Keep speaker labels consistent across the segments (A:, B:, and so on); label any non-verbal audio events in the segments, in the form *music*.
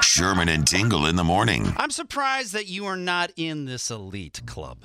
A: Sherman and Tingle in the morning.
B: I'm surprised that you are not in this elite club.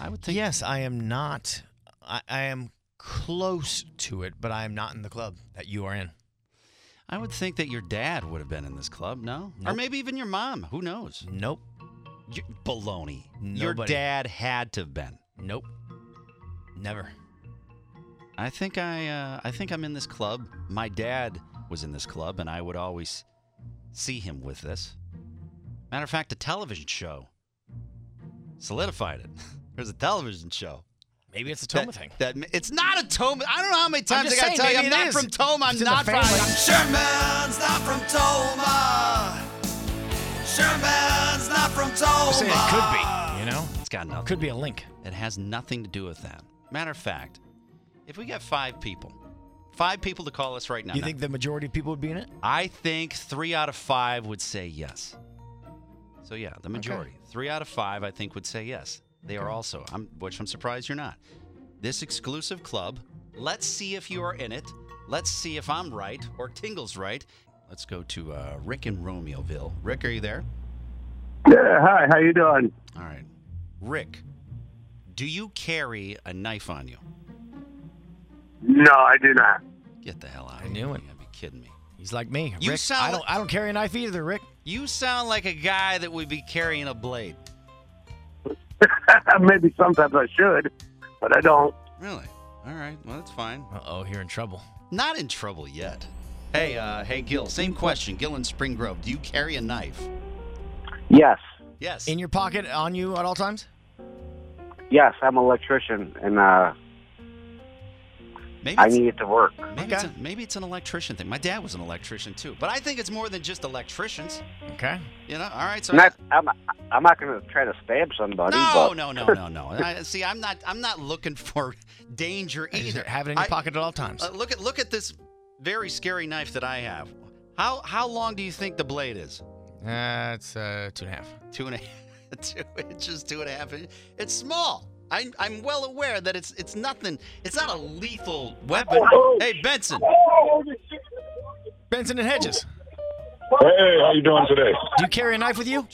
B: I would think.
C: Yes, I am not. I, I am close to it, but I am not in the club that you are in.
B: I would think that your dad would have been in this club. No, or
C: Nope.
B: maybe even your mom. Who knows?
C: Nope.
B: You- baloney. Your
C: Nobody.
B: dad had to have been.
C: Nope. Never.
B: I think I. Uh, I think I'm in this club. My dad was in this club, and I would always see him with this. Matter of fact, a television show solidified it. *laughs* There's a television show.
C: Maybe it's a
B: That-
C: Toma thing.
B: That, it's not a Toma. I don't know how many times I
C: just
B: gotta
C: saying,
B: tell you.
C: maybe
B: I'm
C: it
B: not
C: is.
B: from Toma. I'm
C: It's in the
B: not from.
C: family.
B: I'm
A: Sherman's not from Toma. Sherman's not from Toma.
C: I'm saying it could be. You know,
B: It's got nothing.
C: could be a link.
B: It has nothing to do with that. Matter of fact, if we got five people, five people to call us right now,
C: you think the majority of people would be in it?
B: I think three out of five would say yes. So yeah, the majority, three out of five, I think would say yes. They are also, I'm, which I'm surprised you're not. This exclusive club. Let's see if you are in it. Let's see if I'm right or Tingle's right. Let's go to uh, Rick in Romeoville. Rick, are you there?
D: Yeah, hi, how you doing?
B: All right, Rick. Do you carry a knife on you?
D: No, I do not. *laughs*
B: Get the hell out of
C: I
B: here.
C: knew it.
B: You gotta be kidding me.
C: He's like me.
B: You
C: Rick,
B: sound
C: I don't.
B: like-
C: I don't carry a knife either, Rick.
B: You sound like a guy that would be carrying a blade.
D: Maybe sometimes I should, but I don't.
B: Really? All right. Well, that's fine.
C: Uh oh, you're in trouble.
B: Not in trouble yet. Hey, uh, hey, Gil. Same question. Gil in Spring Grove. Do you carry a knife?
D: Yes,
B: Yes.
C: In your pocket, on you at all times.
D: yes, I'm an electrician, and uh,
B: maybe
D: I
B: it's,
D: need it to work.
B: maybe, it's
C: Okay.
B: a- maybe it's an electrician thing. My dad was an electrician too, but I think it's more than just electricians.
C: Okay.
B: You know? All right. So.
D: Not, I'm, I'm not going to try to stab somebody.
B: no,
D: but
B: no, no, no, no.
D: *laughs*
B: I, see, I'm not. I'm not looking for *laughs* danger
C: Just
B: either.
C: Have it in your
B: I-
C: pocket at all times.
B: Uh, look at look at this very scary knife that I have. How how long do you think the blade is?
C: Uh, it's uh, two and a half.
B: Two and a *laughs* half, two inches, two and a half inches. It's small. I'm I'm well aware that it's it's nothing. It's not a lethal weapon. Hey Benson,
C: Benson and Hedges.
E: Hey, how you doing today?
C: Do you carry a knife with you?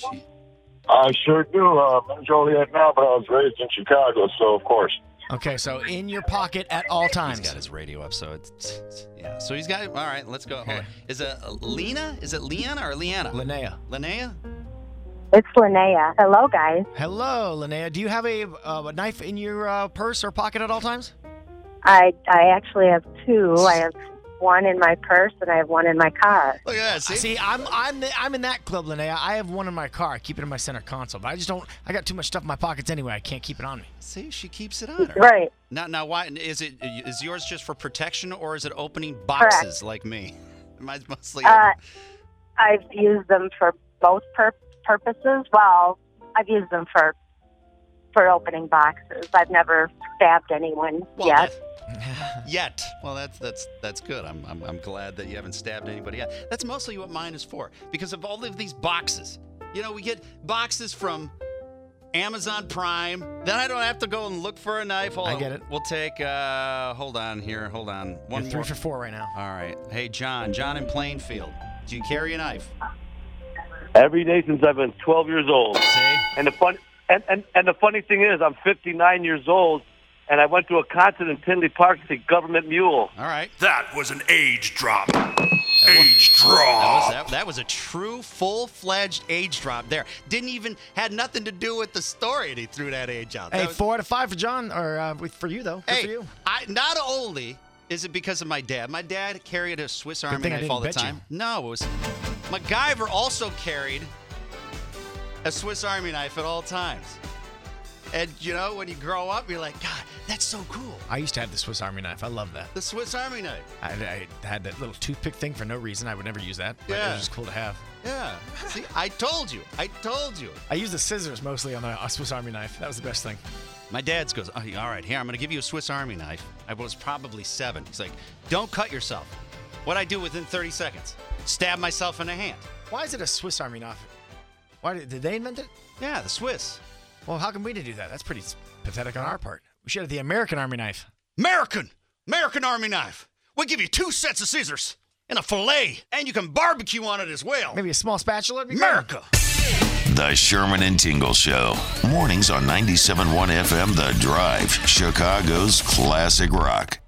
E: I sure do. Uh, I'm in Joliet now, but I was raised in Chicago, so of course.
C: Okay, so in your pocket at all
B: he's
C: times.
B: got his radio up, so it's, it's- yeah. So he's got. All right, let's go. Hold on.
C: Okay.
B: Is it Lena? Is it Leanna or Leanna?
C: Linnea.
B: Linnea?
F: It's Linnea. Hello, guys.
C: Hello, Linnea. Do you have a, uh, a knife in your uh, purse or pocket at all times?
F: I I actually have two. I have one in my purse and I have one in my car.
B: Look at that. See,
C: See, I'm I'm the, I'm in that club, Linnea. I have one in my car. I keep it in my center console, but I just don't. I got too much stuff in my pockets anyway. I can't keep it on me.
B: see, she keeps it on her.
F: Right.
B: Now, now, why is it? Is yours just for protection, or is it opening boxes like me? *laughs* Mine's mostly.
F: Uh, I've used them for both pur- purposes. Well, I've used them for for opening boxes. I've never stabbed anyone
B: Well,
F: yet.
B: that- *laughs* yet. Well, that's that's that's good. I'm, I'm I'm glad that you haven't stabbed anybody yet. That's mostly what mine is for because of all of these boxes. You know, we get boxes from Amazon Prime. Then I don't have to go and look for a knife. Hold
C: I
B: on.
C: get it.
B: We'll take. uh Hold on here. Hold on. One
C: You're
B: more.
C: three for four right now.
B: All right. Hey, John. John in Plainfield. Do you carry a knife?
C: Uh,
D: Every day since I've been 12 years old,
B: See.
D: and the fun, and, and, and the funny thing is, I'm 59 years old, and I went to a concert in Tinley Park to see Government Mule.
B: All right.
E: That was an age drop. Age
B: That was,
E: drop.
B: that, that was a true, full-fledged age drop there. Didn't even had nothing to do with the story, and he threw that age out.
C: Hey,
B: That was-
C: four out of five for John, or uh, with- for you though. Good for
B: Hey,
C: you.
B: I, not only is it because of my dad. My dad carried a Swiss Army
C: thing I
B: knife
C: didn't
B: all the
C: bet you.
B: time. No, it was MacGyver also carried a Swiss Army knife at all times. And you know, when you grow up, you're like, God, that That's so cool.
C: I used to have the Swiss Army knife. I love that.
B: The Swiss Army knife.
C: I, I had that little toothpick thing for no reason. I would never use that. But it
B: Yeah.
C: was just cool to have.
B: Yeah. See, I told you. I told you.
C: I used the scissors mostly on the uh, Swiss Army knife. That was the best thing.
B: My dad's goes, "Oh, all right, here, I'm going to give you a Swiss Army knife. I was probably seven. He's like, don't cut yourself. What I do within 30 seconds, stab myself in the hand.
C: Why is it a Swiss Army knife? Why did, did they invent it?
B: Yeah, the Swiss.
C: Well, how come we didn't do that? That's pretty s- pathetic on our part. We should have the American Army knife.
B: American, American Army knife. We give you two sets of scissors and a fillet, and you can barbecue on it as well.
C: Maybe a small spatula. would be good.
B: America.
A: The Sherman and Tingle Show. Mornings on 97.1 FM The Drive, Chicago's classic rock.